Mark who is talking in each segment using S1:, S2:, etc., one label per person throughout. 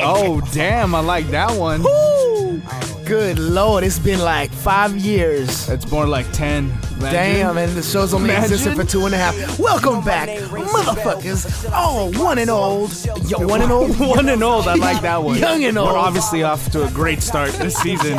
S1: Oh damn! I like that one.
S2: Woo! Good lord, it's been like five years.
S1: It's more like ten. Imagine.
S2: Damn, and the show's only
S1: Imagine.
S2: existed for two and a half. Welcome back, motherfuckers. Oh, one and old. Yo, one and old.
S1: One and old, I like that one.
S2: Young and old.
S1: We're obviously off to a great start this season.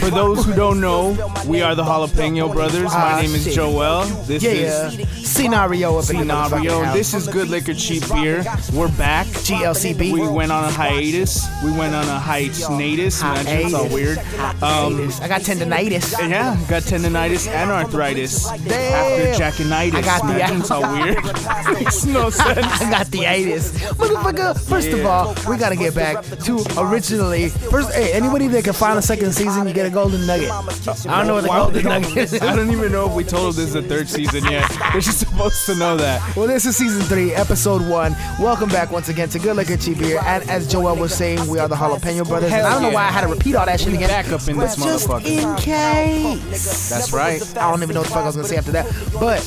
S1: For those who don't know, we are the Jalapeno Brothers.
S2: Ah,
S1: My name is
S2: shit.
S1: Joel. This
S2: Yeah,
S1: is
S2: scenario up in the motherfucking
S1: Scenario.
S2: house.
S1: This is Good Liquor Cheap Beer. We're back.
S2: GLCB.
S1: We went on a hiatus. We went on a hiatus. Imagine it's all
S2: Hiatus.
S1: weird. Um,
S2: I got tendonitis.
S1: yeah, got tendonitis and arthritis after jackinitis.
S2: I got the-
S1: Imagine it's all weird. Makes no sense.
S2: I got the itis. Motherfucker, first of
S1: Yeah.
S2: all, we gotta get back to originally. First, hey, anybody that can find a second season, you get a golden nugget. I don't know what the
S1: Why would
S2: golden
S1: they
S2: nugget is.
S1: I don't even know if we told them this is the third season yet. They're just supposed to know that.
S2: Well, this is season three, episode one. Welcome back once again to Good Liquor Cheap Beer. And as Joel was saying, we are the Jalapeno Brothers. And I don't know
S1: Hell
S2: why I
S1: yeah.
S2: had to repeat all that shit again.
S1: Back up in this
S2: Just
S1: motherfucker.
S2: in case.
S1: That's right.
S2: I don't even know what the fuck I was gonna say after that. But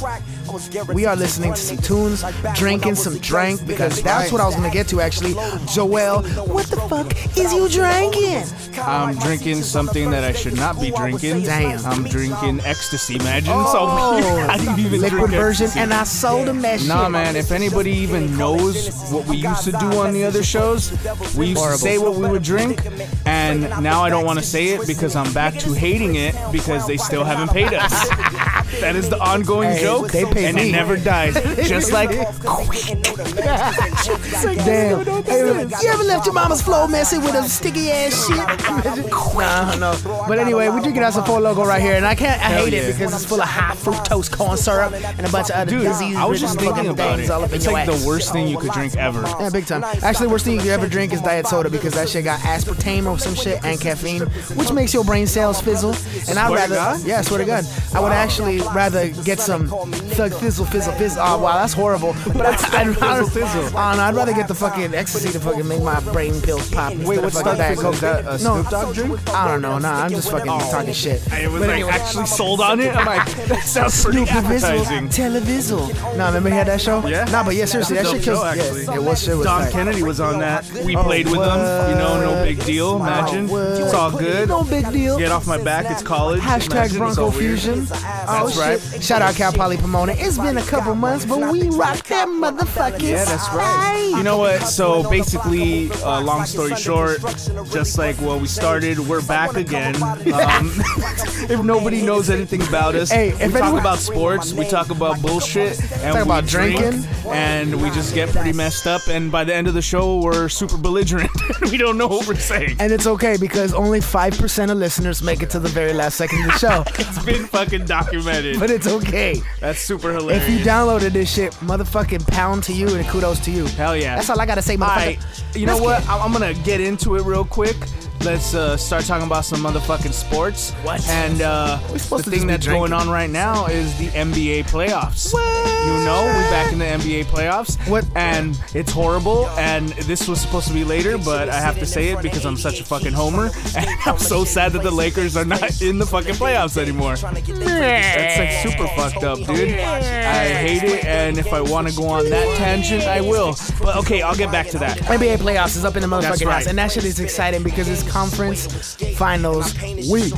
S2: we are listening to some tunes, drinking some drank, because that's what I was gonna get to actually. Joel, what the fuck is you drinking?
S1: I'm drinking something that I should not be drinking.
S2: Damn.
S1: I'm drinking ecstasy. Imagine
S2: Oh,
S1: so I didn't even
S2: liquid
S1: drink
S2: version,
S1: ecstasy.
S2: and I sold him that shit.
S1: Nah, man. If anybody even knows what we used to do on the other shows, we used
S2: Horrible.
S1: to say what we would drink, and now I don't want to say it because I'm back to hating it because they still haven't paid us. that is the ongoing
S2: Hey,
S1: joke,
S2: they paid
S1: and
S2: me.
S1: it never dies. Just like
S2: Damn. Hey, you ever left your mama's floor messy with a sticky ass shit? nah, no. But anyway, we're drinking out some Four Logo right here, and I can't. I
S1: Hell
S2: hate
S1: yeah.
S2: it because it's full of high fructose corn syrup and a bunch of other
S1: Dude,
S2: disease.
S1: I was just thinking about it.
S2: All up in
S1: It's
S2: your
S1: like
S2: ass.
S1: the worst thing you could drink ever.
S2: Yeah, big time. Actually, worst thing you could ever drink is diet soda because that shit got aspartame or some shit and caffeine, which makes your brain cells fizzle. And I'd
S1: Swear to
S2: rather,
S1: God?
S2: yeah, swear to God, I would actually rather get some thug fizzle fizzle fizzle. Oh wow, that's horrible. But I, I'd rather
S1: Fizzle.
S2: Oh, no, I'd rather get the fucking ecstasy to fucking make my brain pills pop. instead of
S1: what's
S2: fucking
S1: Thug
S2: Diet
S1: Fizzle? Is
S2: Coke.
S1: that a
S2: no,
S1: Snoop Dogg drink? Oh.
S2: I don't know. Nah, I'm just fucking talking shit.
S1: I was like actually sold on it. I'm like, that sounds pretty
S2: Televizzle,
S1: appetizing.
S2: televizzle. Nah, remember he had that show?
S1: Yeah.
S2: Nah, but yeah, seriously, that
S1: Dope
S2: shit kills.
S1: show, actually.
S2: Yeah, it was shit was
S1: Don
S2: tight.
S1: Kennedy was on that. We played with them. You know, no big deal. Imagine
S2: Wow.
S1: it's all good.
S2: No big deal.
S1: Get off my back. It's college.
S2: Hashtag
S1: Imagine it's
S2: Bronco
S1: all weird.
S2: Fusion. Oh,
S1: That's right.
S2: shit. Shout out Cal Poly Pomona. It's been a couple months, but we rock that motherfucking
S1: Yeah, that's right.
S2: state.
S1: You know what? So basically, uh, long story short, just like where we started, we're back again. Um, if nobody knows anything about us,
S2: Hey,
S1: we
S2: if
S1: talk
S2: anyone-
S1: about sports, we talk about bullshit, and
S2: Talk about
S1: we drink,
S2: drinking.
S1: and we just get pretty messed up. And by the end of the show, we're super belligerent. we don't know what we're saying.
S2: And it's okay because only 5% of listeners make it to the very last second of the show.
S1: It's been fucking documented.
S2: but it's okay.
S1: That's super hilarious.
S2: If you downloaded this shit, motherfucking pound to you and kudos to you.
S1: Hell yeah.
S2: That's all I gotta say,
S1: All
S2: motherfucker.
S1: right, you know
S2: Let's
S1: what?
S2: get-
S1: I- I'm gonna get into it real quick. Let's uh, start talking about some motherfucking sports.
S2: What?
S1: And uh,
S2: We're supposed to just
S1: the thing
S2: be
S1: that's
S2: drinking.
S1: going on right now is the NBA playoffs. You know, we're back in the NBA playoffs.
S2: What?
S1: And it's horrible. And this was supposed to be later, but I have to say it because I'm such a fucking homer. And I'm so sad that the Lakers are not in the fucking playoffs anymore. That's like super fucked up, dude. I hate it. And if I want to go on that tangent, I will. But okay, I'll get back to that.
S2: NBA playoffs is up in the motherfucking
S1: right.
S2: house, and that shit is exciting because it's conference finals week,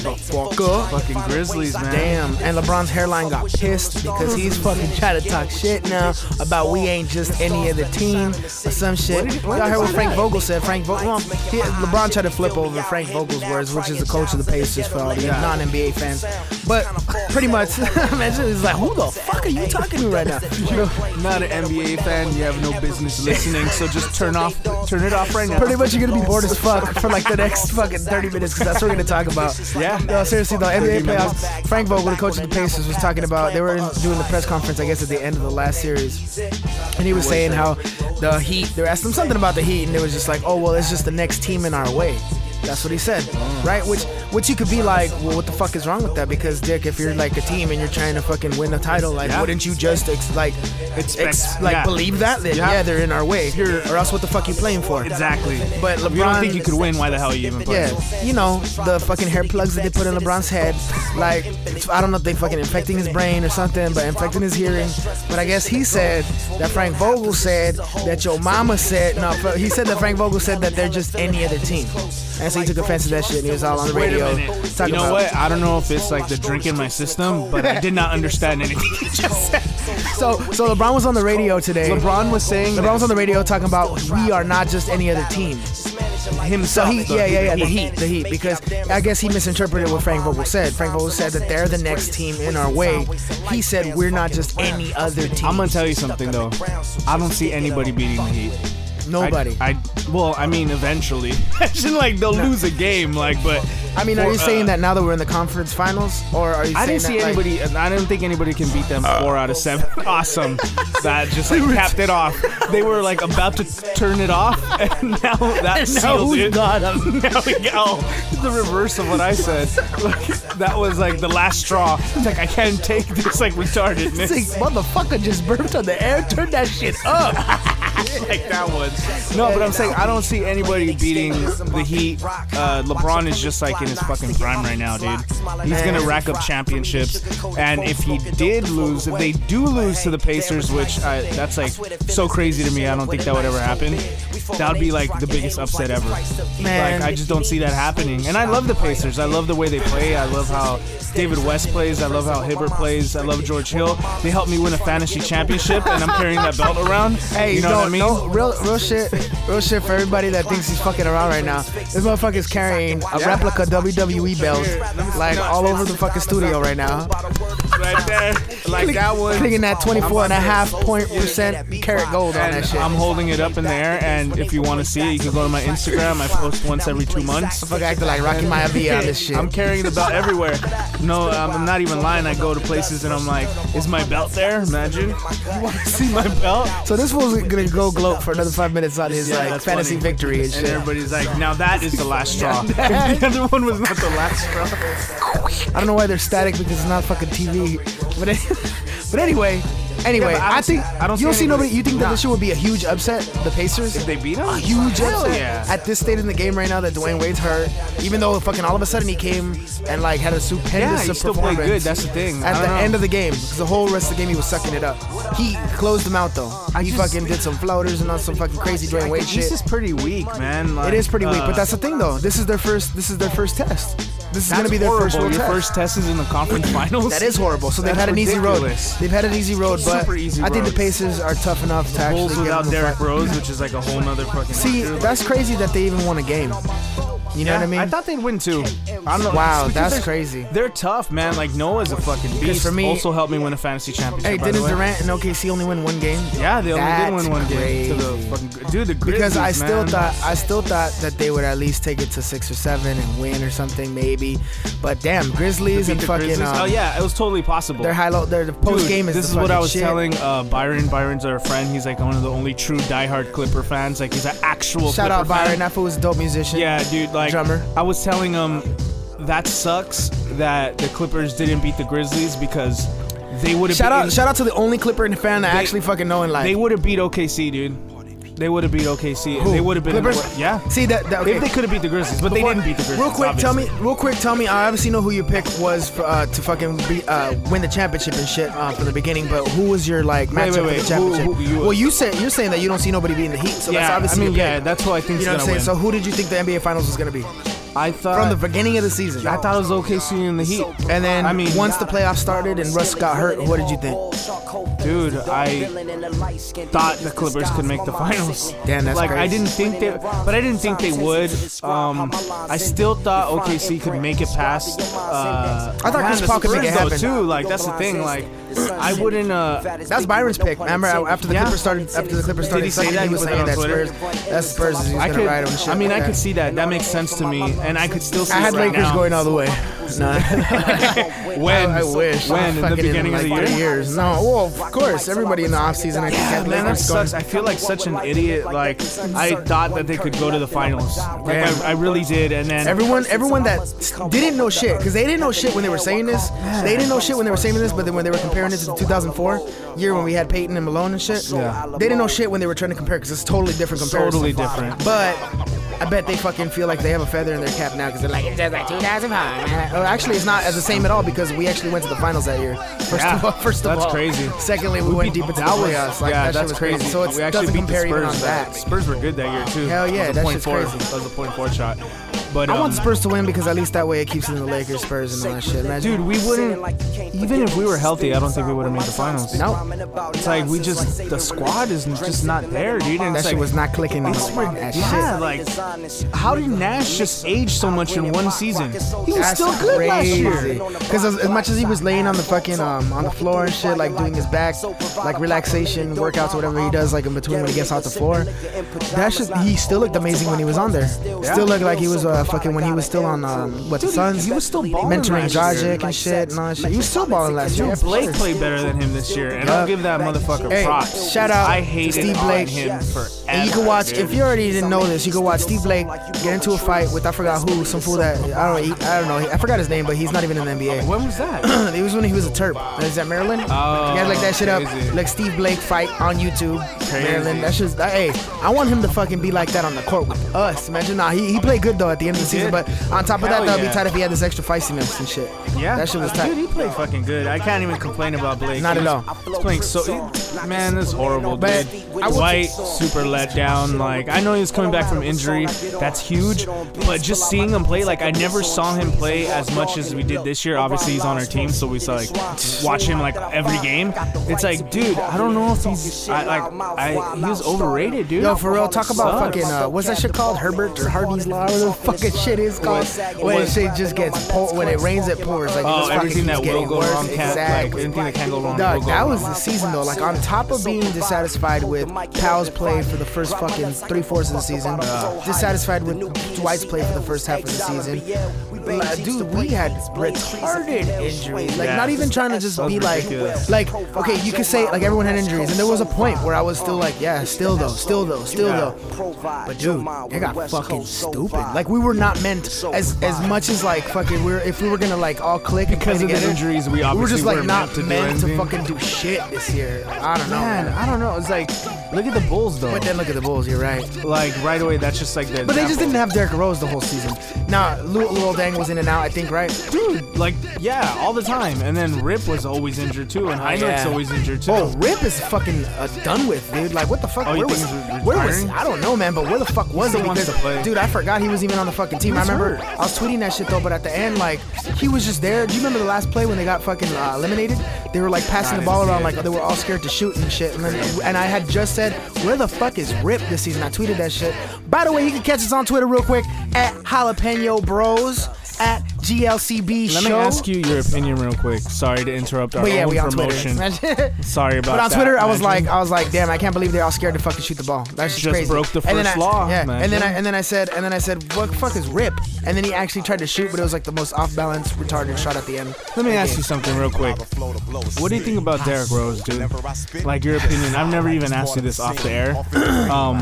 S2: motherfucker.
S1: Fucking Grizzlies, man.
S2: Damn, and LeBron's hairline got pissed because he's fucking trying to talk shit now about we ain't just any other team or some shit. Y'all heard what Frank Vogel said. Frank Vogel, well, he- LeBron tried to flip over Frank Vogel's words, which is the coach of the Pacers for all the non-NBA fans. But pretty much, imagine it's like, who the fuck are you talking to right now?
S1: Not an NBA fan. You have no business listening. So just turn off, turn it off right now.
S2: Pretty much, you're gonna be bored as fuck for like the next fucking 30 minutes because that's what we're gonna talk about.
S1: Yeah.
S2: No, seriously though, NBA playoffs. Frank Vogel, the coach of the Pacers, was talking about they were in, doing the press conference, I guess, at the end of the last series, and he was saying how the Heat. They were asking him something about the Heat, and it was just like, oh well, it's just the next team in our way. That's what he said, right? Which, which you could be like, well, what the fuck is wrong with that? Because Dick, if you're like a team and you're trying to fucking win a title, like,
S1: Yeah.
S2: wouldn't you just ex- like,
S1: Expect-
S2: ex- like
S1: yeah.
S2: believe that? Then
S1: Yeah.
S2: yeah, they're in our way, or else what the fuck you playing for?
S1: Exactly.
S2: But LeBron,
S1: If you don't think you could win, why the hell are you even playing?
S2: yeah, you know the fucking hair plugs that they put in LeBron's head. Like I don't know if they fucking infecting his brain or something, but infecting his hearing. But I guess he said that Frank Vogel said that your mama said no. fr- He said that Frank Vogel said that they're just any other team, and so he took offense to that shit. and He was all on the
S1: Wait
S2: radio
S1: a minute.
S2: talking
S1: you know
S2: about.
S1: what? I don't know if it's like the drink in my system, but I did not understand anything you just said.
S2: So so LeBron was on the radio today.
S1: LeBron was saying
S2: LeBron was on the radio talking about we are not just any other team. So
S1: himself.
S2: he,
S1: though.
S2: yeah, yeah, yeah, the
S1: He-
S2: Heat, the Heat, because I guess he misinterpreted what Frank Vogel said. Frank Vogel said that they're the next team in our way. He said we're not just any other team.
S1: I'm gonna tell you something though. I don't see anybody beating the Heat. I-
S2: nobody. I,
S1: I, well, I mean, eventually. It's just like they'll lose a game, like, but
S2: mean, are
S1: for-
S2: you saying
S1: uh,
S2: that now that we're in the conference finals, or are you?
S1: I didn't
S2: saying
S1: see
S2: that, like-
S1: anybody. I didn't think anybody can beat them. four out of seven. Awesome. That just like capped it off. They were like about to turn it off, and now that sealed
S2: we
S1: it. Now we got oh, the reverse of what I said. Like, that was like the last straw. It's like I can't take this like retardedness.
S2: It's like, motherfucker just burped on the air. Turn that shit up.
S1: like that one. No, but I'm saying I don't see anybody beating the Heat. Uh, LeBron is just like in his fucking prime right now, dude. He's gonna rack up championships, and if he did lose, if they do lose to the Pacers, which I, that's like so crazy to me, I don't think that would ever happen. That would be like the biggest upset ever.
S2: Man.
S1: Like I just don't see that happening. And I love the Pacers. I love the way they play. I love how David West plays. I love how Hibbert plays. I love George Hill. They helped me win a fantasy championship, and I'm carrying that belt around.
S2: Hey,
S1: you know
S2: no,
S1: what I mean?
S2: no, real, real shit, real shit for everybody that thinks he's fucking around right now. This motherfucker's carrying a replica WWE belt, like all over the fucking studio right now.
S1: right there, like that one.
S2: Clicking that 24 and a half point percent carat gold on that
S1: And
S2: shit.
S1: I'm holding it up in the air, and if you want to see it, you can go to my Instagram. I post once every two months.
S2: Fuck, acting like Rocky Maivia on this shit.
S1: I'm carrying the belt everywhere. No, um, I'm I'm not even lying. I go to places and I'm like, is my belt there? Imagine. You want to see my belt?
S2: so this fool's gonna go gloat for another five minutes on his
S1: Yeah,
S2: like
S1: that's
S2: fantasy
S1: funny.
S2: victory and
S1: And
S2: shit.
S1: everybody's like, now that is the last straw. the other one was not the last straw.
S2: I don't know why they're static because it's not fucking TV. But it- but anyway, anyway,
S1: Yeah, but I
S2: I
S1: don't see-
S2: think
S1: I don't
S2: you don't
S1: see
S2: see nobody.
S1: anybody-
S2: You think that this shit would be a huge upset? The Pacers.
S1: If they beat him?
S2: a huge
S1: Hell
S2: upset
S1: yeah.
S2: at this state in the game right now that Dwayne Wade's hurt. Even though fucking all of a sudden he came and like had a stupendous
S1: Yeah, he
S2: performance.
S1: still played good. That's the thing.
S2: At
S1: I
S2: the
S1: don't know.
S2: end of the game, 'cause the whole rest of the game he was sucking it up. He closed him out though. he
S1: just-
S2: fucking did some floaters and on some fucking crazy Dwayne Wade shit.
S1: This is pretty weak, man. Like,
S2: It is pretty weak,
S1: uh,
S2: but that's the thing though. This is their first. This is their first test. This is
S1: that's
S2: gonna be their first
S1: horrible.
S2: real
S1: Your
S2: test.
S1: first test is in the conference finals.
S2: That is horrible. So they've
S1: That's
S2: had an
S1: ridiculous.
S2: easy road. They've had an easy road, but
S1: Super easy
S2: I think
S1: road.
S2: the Pacers are tough enough to actually
S1: Bulls
S2: get
S1: without
S2: them to
S1: Derrick
S2: fight.
S1: Rose, which is like a whole nother fucking.
S2: See, that's crazy that they even won a game. You know what I mean?
S1: I thought they'd win too. I don't know.
S2: Wow,
S1: Because
S2: that's
S1: they're-
S2: crazy.
S1: They're tough, man. Like Noah's a fucking beast.
S2: for me-
S1: also helped me win a fantasy championship.
S2: hey,
S1: by the
S2: Dennis
S1: way.
S2: Durant and OKC only win one game.
S1: Yeah, they only did
S2: That's
S1: win one game. To the
S2: crazy.
S1: fucking, dude, the Grizzlies,
S2: Because I still
S1: man.
S2: thought I still thought that they would at least take it to six or seven and win or something maybe, but damn
S1: Beat
S2: Grizzlies
S1: the
S2: and fucking
S1: Grizzlies.
S2: um,
S1: oh yeah, it was totally possible.
S2: their high low their post
S1: Dude,
S2: game is
S1: this
S2: the
S1: is what I
S2: fucking
S1: was
S2: shit.
S1: telling uh, Byron. Byron's our friend. He's like one of the only true diehard Clipper fans. Like he's an actual
S2: Shout
S1: Clipper
S2: out
S1: fan.
S2: Byron, that fool was a dope musician.
S1: Yeah, dude. Like,
S2: Drummer.
S1: I was telling him that sucks that the Clippers didn't beat the Grizzlies because they would have.
S2: Shout
S1: been,
S2: out shout out to the only Clipper fan that actually fucking know in life.
S1: They would have beat OKC, dude. They would have beat OKC. And they would have been.
S2: Clippers?
S1: Yeah.
S2: See that? that okay.
S1: If they could have beat the Grizzlies, but
S2: Before-
S1: they didn't beat the Grizzlies.
S2: Real quick, tell
S1: obviously.
S2: me. Real quick, tell me. I obviously know who your pick was for, uh, to fucking be, uh, win the championship and shit uh, from the beginning. But who was your like
S1: Wait,
S2: matchup
S1: wait,
S2: for
S1: wait.
S2: the championship?
S1: Who- who you-
S2: well, you said you're saying that you don't see nobody beating the Heat, so that's
S1: Yeah, I
S2: obviously.
S1: mean,
S2: your
S1: yeah,
S2: pick.
S1: that's what I think.
S2: You know what I'm saying?
S1: win.
S2: So who did you think the NBA Finals was gonna be
S1: I thought
S2: from the beginning of the season?
S1: I thought it was OKC in the Heat,
S2: and then
S1: I mean,
S2: once the playoffs started and Russ got hurt, what did you think?
S1: Dude, I thought the Clippers could make the finals.
S2: Damn, that's
S1: like I
S2: crazy.
S1: didn't think they, but I didn't think they would. Um, I still thought OKC could make it past. Uh,
S2: I thought Chris
S1: the
S2: Paul could make it
S1: Spurs, though,
S2: happen.
S1: too. Like that's the thing. Like I wouldn't. Uh,
S2: That's Byron's pick. Remember after the
S1: Yeah.
S2: Clippers started after the Clippers started
S1: Did he say
S2: sucking,
S1: that?
S2: he
S1: He
S2: was
S1: put that
S2: saying
S1: on
S2: that
S1: Twitter?
S2: Spurs that Spurs is who's
S1: I
S2: gonna
S1: could.
S2: ride him. and shit
S1: I mean,
S2: like
S1: I
S2: that.
S1: could see that. That makes sense to me, and I could still see.
S2: I had
S1: it right
S2: Lakers
S1: now.
S2: going all the way.
S1: When?
S2: I wish.
S1: When? In the
S2: Fucking
S1: beginning of
S2: like
S1: the
S2: three
S1: year?
S2: years. No, well, of course, everybody in the off season. I think had
S1: Man, that
S2: Lakers
S1: sucks.
S2: going-
S1: I feel like such an idiot. Like I thought that they could go to the finals. Like I, I really did, and then
S2: Everyone, everyone that s- didn't know shit, because they didn't know shit when they were saying this. They didn't know shit when they were saying this, but then when they were comparing this to the 2004 year when we had Peyton and Malone and shit,
S1: Yeah.
S2: they didn't know shit when they were trying to compare, because it's totally different comparison.
S1: totally different.
S2: But I bet they fucking feel like they have a feather in their cap now because they're like, it's just like 2005. man." Well, actually, it's not as the same at all because we actually went to the finals that year. First
S1: Yeah,
S2: of all, first of
S1: that's
S2: all.
S1: crazy.
S2: Secondly, we, went deep into the
S1: That was
S2: playoffs. Like,
S1: yeah,
S2: that shit
S1: that's
S2: was
S1: crazy.
S2: crazy. So it
S1: we actually
S2: doesn't
S1: beat the
S2: compare even on
S1: Spurs.
S2: that.
S1: Spurs were good that year too.
S2: Hell yeah,
S1: that was a
S2: that
S1: point
S2: shit's
S1: four.
S2: crazy.
S1: That was a point four shot. But
S2: I want
S1: um,
S2: Spurs to win because at least that way it keeps it in the Lakers, Spurs, and all that shit. Imagine.
S1: Dude, we wouldn't. Even if we were healthy, I don't think we would have made the finals.
S2: Nope.
S1: It's like we just the squad is just not there, dude. And
S2: that
S1: it's
S2: shit
S1: like,
S2: was not clicking.
S1: It's
S2: on
S1: rid-
S2: that
S1: yeah,
S2: shit.
S1: Oh like how did Nash just age so much in one season? He was
S2: That's
S1: still good last year.
S2: Because as, as much as he was laying on the fucking um, on the floor and shit, like doing his back, like relaxation workouts, whatever he does, like in between when he gets off the floor, that shit he still looked amazing when he was on there. Still looked like he was uh, fucking when he was still on um, what the
S1: Dude,
S2: Suns.
S1: he was still balling
S2: mentoring
S1: last year.
S2: Dragic and shit and all that shit. He was still balling last year. yeah,
S1: Dude,
S2: for
S1: Blake
S2: sure.
S1: played better than him this year, and
S2: Yeah.
S1: I'll give that motherfucker
S2: Hey,
S1: props.
S2: shout out
S1: I
S2: to
S1: hated
S2: Steve
S1: on
S2: Blake.
S1: him forever.
S2: And you can watch
S1: dude.
S2: if you already didn't know this. You can watch Steve Blake get into a fight with I forgot who, some fool that I don't he, I don't know. I forgot his name, but he's not even in the NBA.
S1: When was that?
S2: It was when he was a Terp. Is that Maryland?
S1: Oh,
S2: you guys like that shit
S1: crazy.
S2: up. Like Steve Blake fight on YouTube.
S1: Crazy.
S2: Maryland. That's just hey. I want him to fucking be like that on the court with us. Imagine nah. He, he played good though at the end of the
S1: He
S2: season,
S1: did.
S2: but on top of
S1: Hell
S2: that, that'd
S1: yeah.
S2: be tight if he had this extra feistiness and shit.
S1: Yeah,
S2: that shit was tight.
S1: Dude, he played fucking good. I can't even complain about Blake.
S2: Not at
S1: He's-
S2: all.
S1: He's playing so. he- Man, this is horrible,
S2: But
S1: dude.
S2: I will-
S1: White, super let down. Like, I know he's coming back from injury. That's huge. But just seeing him play, like, I never saw him play as much as we did this year. Obviously, he's on our team, so we saw, like, watch him, like, every game. It's like, dude, I don't know if he's. I, like, I, he was overrated, dude.
S2: Yo, for real, talk about
S1: Sucks.
S2: fucking uh, what's that shit called? Herbert or Harvey's Law, whatever the fucking shit is called. When shit just gets po- when it rains, it pours. Like it
S1: Oh,
S2: just fucking
S1: everything that
S2: keeps
S1: will
S2: getting
S1: go
S2: worse.
S1: wrong can't. Like,
S2: exactly.
S1: anything that can go wrong will
S2: Dog,
S1: go
S2: that
S1: wrong.
S2: was the season though. Like on top of being dissatisfied with Powell's play for the first fucking three fourths of the season, uh, dissatisfied with Dwight's play for the first half of the season. Like, dude, we had retarded injuries. Like
S1: Yeah.
S2: not even trying to just
S1: That was
S2: be like,
S1: ridiculous.
S2: like okay, you could say like everyone had injuries, and there was a point where I was still like, yeah, still though, still though, still
S1: Yeah.
S2: though. But dude, it got fucking stupid. Like we were not meant as as much as like fucking we're if we were gonna like all click and play
S1: Because of the
S2: together,
S1: injuries, we
S2: we were
S1: obviously
S2: just like
S1: weren't
S2: not
S1: meant to do
S2: meant to
S1: anything.
S2: fucking do shit this year. I don't know.
S1: Man, I don't know. It's like, look at the Bulls, though.
S2: But then look at the Bulls. You're right.
S1: Like, right away, that's just like the.
S2: But they just
S1: example.
S2: didn't have Derrick Rose the whole season. Now Lou Lou Dang was in and out. I think right.
S1: dude, like, yeah, all the time. And then Rip was always injured too, and Heinrich's
S2: Yeah.
S1: always injured too.
S2: Whoa, Rip is fucking uh, done with, dude. Like, what the fuck?
S1: Oh, you
S2: where
S1: think
S2: was?
S1: he's re-
S2: Where was?
S1: retiring?
S2: I don't know, man. But where the fuck was
S1: He
S2: it?
S1: still wants
S2: Because,
S1: to play.
S2: dude, I forgot he was even on the fucking team. I
S1: was
S2: remember
S1: hurt.
S2: I was tweeting that shit though. But at the end, like, he was just there. Do you remember the last play when they got fucking uh, eliminated? They were like
S1: I
S2: passing the
S1: didn't
S2: ball
S1: see
S2: around,
S1: it.
S2: like they were all scared to shoot and shit. And, then, and I had just said, where the fuck is Rip this season? I tweeted that shit. By the way, you can catch us on Twitter real quick at Jalapeno Bros at GLCB
S1: Let
S2: Show.
S1: me ask you your opinion real quick. Sorry to interrupt our
S2: But yeah,
S1: own
S2: we on
S1: promotion.
S2: Twitter.
S1: Sorry about
S2: But on
S1: that,
S2: Twitter, I was
S1: imagine.
S2: like, I was like, damn, I can't believe they're all scared to fucking shoot the ball. That's just,
S1: Just
S2: crazy.
S1: broke the
S2: and then
S1: first
S2: I,
S1: law,
S2: Yeah, and then I
S1: imagine.
S2: and then I said, and then I said, what the fuck is Rip? And then he actually tried to shoot, but it was like the most off balance, retarded shot at the end.
S1: Let me ask you something real quick. What do you think about Derrick Rose, dude? Like your opinion. I've never even asked you this off the air. Um,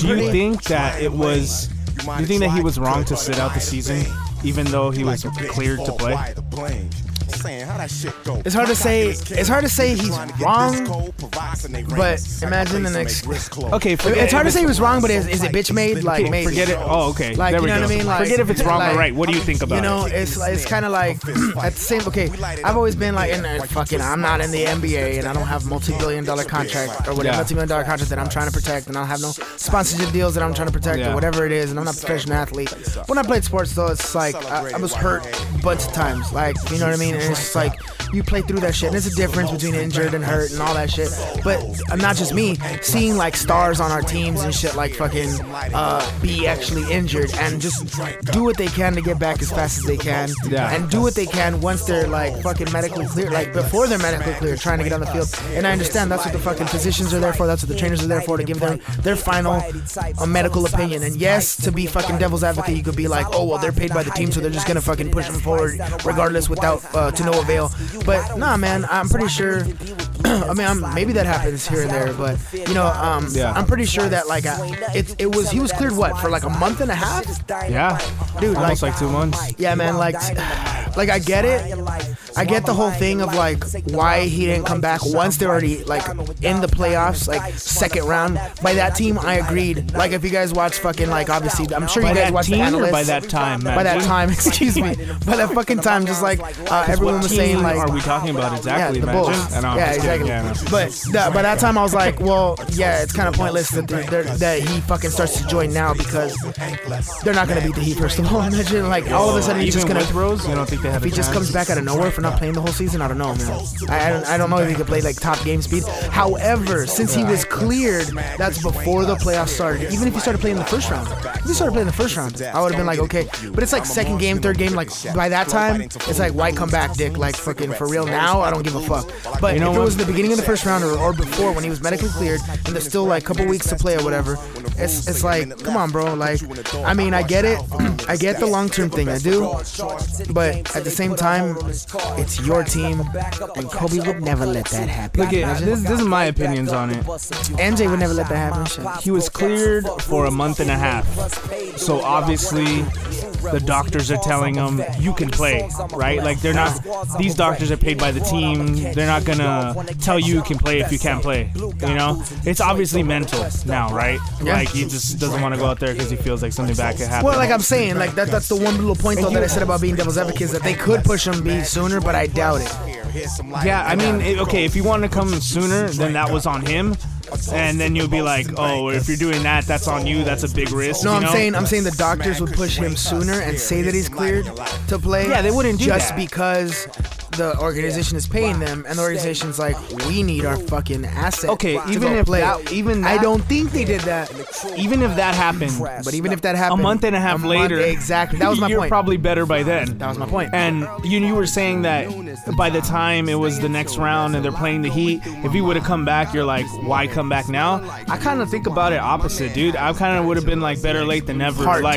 S1: do you think that it was? Do you think that he was wrong to sit out the season, even though he was cleared to play?
S3: It's hard to say. It's hard to say he's wrong,
S2: but
S3: but
S2: imagine
S3: imagine
S2: the
S3: the
S2: next-
S3: next.
S1: Okay, forget
S2: it's hard
S1: if
S2: to say he was wrong, but is, is it bitch made? Like
S1: Okay,
S2: maybe.
S1: forget it. Oh, okay.
S2: Like,
S1: there we
S2: you know
S1: go.
S2: what I mean? Like-
S1: forget if it's wrong
S2: like-
S1: or right. What do you think about
S2: You know,
S1: it?
S2: it's it's kind of like at the same. Okay, I've always been like, in there, fucking, I'm not in the NBA and I don't have multi-billion dollar contract or whatever
S1: Yeah.
S2: multi-million dollar contract that I'm trying to protect, and I don't have no sponsorship deals that I'm trying to protect
S1: Yeah.
S2: or whatever it is, and I'm not a professional athlete. When I played sports though, it's like I, I was hurt a bunch of times, like you know what I mean, and it's just like like you play through that shit. And there's a difference between injured and hurt and all that shit. But uh, not just me, seeing like stars on our teams and shit like fucking uh, be actually injured and just do what they can to get back as fast as they can.
S1: Yeah.
S2: And do what they can once they're like fucking medically clear, like before they're medically clear, trying to get on the field. And I understand that's what the fucking physicians are there for. That's what the trainers are there for to give them their final uh, medical opinion. And yes, to be fucking devil's advocate, you could be like, oh well, they're paid by the team, so they're just gonna fucking push them forward regardless, without uh, to no avail. But nah, man, I'm pretty sure. I mean, I'm, maybe that happens here and there, but you know, um,
S1: Yeah.
S2: I'm pretty sure that like I, it, it was he was cleared what for like a month and a half.
S1: Yeah,
S2: Dude,
S1: almost
S2: like-
S1: like, two months.
S2: Yeah, man, like, like I get it. I get the whole thing of like why he didn't come back once they're already like in the playoffs, like second round. By that team, I agreed. Like if you guys watch fucking like obviously, I'm sure
S1: By
S2: you guys
S1: that
S2: watch the
S1: team or
S2: analysts.
S1: by that time?
S2: By that
S1: Matt?
S2: time, excuse me. By that fucking time, just like uh, everyone
S1: What
S2: was saying,
S1: team
S2: like,
S1: are we talking about exactly?
S2: yeah, the
S1: imagine?
S2: Bulls.
S1: I know, I'm
S2: yeah,
S1: just kidding.
S2: exactly.
S1: Yeah, I know.
S2: But that, by that time, I was like, well, yeah, it's kind of pointless that, they're, they're- that he fucking starts to join now because they're not gonna beat the Heat first of all. Imagine like all of a sudden he's
S1: Even
S2: just gonna
S1: with Rose, you don't think they have
S2: if he
S1: a
S2: just
S1: chance?
S2: comes back out of nowhere for not playing the whole season, I don't know, man. I, I, don't, I don't know if he could play like top game speed. However, since he was cleared, that's before the playoffs started. Even if he started playing in the first round, if he started playing in the first round, I would have been like, okay. But it's like second game, third game, like by that time, it's like, why come back, Dick? Like fucking for real now, I don't give a fuck. But
S1: You know
S2: if it
S1: what?
S2: was the beginning of the first round or, or before when he was medically cleared and there's still like a couple weeks to play or whatever, it's it's like, come on, bro. Like, I mean, I get it, I get the long term thing, I do. But at the same time, it's your team, and Kobe would never let that happen.
S1: Look at this. This is my opinions on it.
S2: MJ would never let that happen. Shit.
S1: He was cleared for a month and a half, so obviously the doctors are telling him you can play, right? Like they're not. These doctors are paid by the team. They're not gonna tell you you can play if you can't play. You know, it's obviously mental now, right?
S2: Yeah.
S1: Like he just doesn't want to go out there because he feels like something bad could happen.
S2: Well, like I'm saying, like that, that's the one little point though that I said about being devil's advocate is that they could push him be sooner, but I doubt it.
S1: Yeah, I mean, it, okay, if you want to come sooner, then that was on him. And then you'll be like, oh, if you're doing that, that's on you. That's a big risk.
S2: No,
S1: you
S2: I'm
S1: know?
S2: saying I'm saying the doctors would push him sooner and say that he's cleared to play.
S1: Yeah, they wouldn't do
S2: just
S1: that.
S2: because the organization is paying them, and the organization's like, we need our fucking asset.
S1: Okay,
S2: to
S1: even
S2: go
S1: if
S2: play.
S1: that- even
S2: I
S1: that-
S2: don't think they did that.
S1: even if that happened,
S2: But even if that happened,
S1: a month and a half
S2: month-
S1: later,
S2: exactly. That was my
S1: you're
S2: point.
S1: probably better by then.
S2: That was my point.
S1: And you, you were saying that by the time it was the next round and they're playing the Heat, if he would have come back, you're like, why come back now? I kind of think about it opposite, dude. I kind of would have been like, better late than never.
S2: Heart.
S1: Like.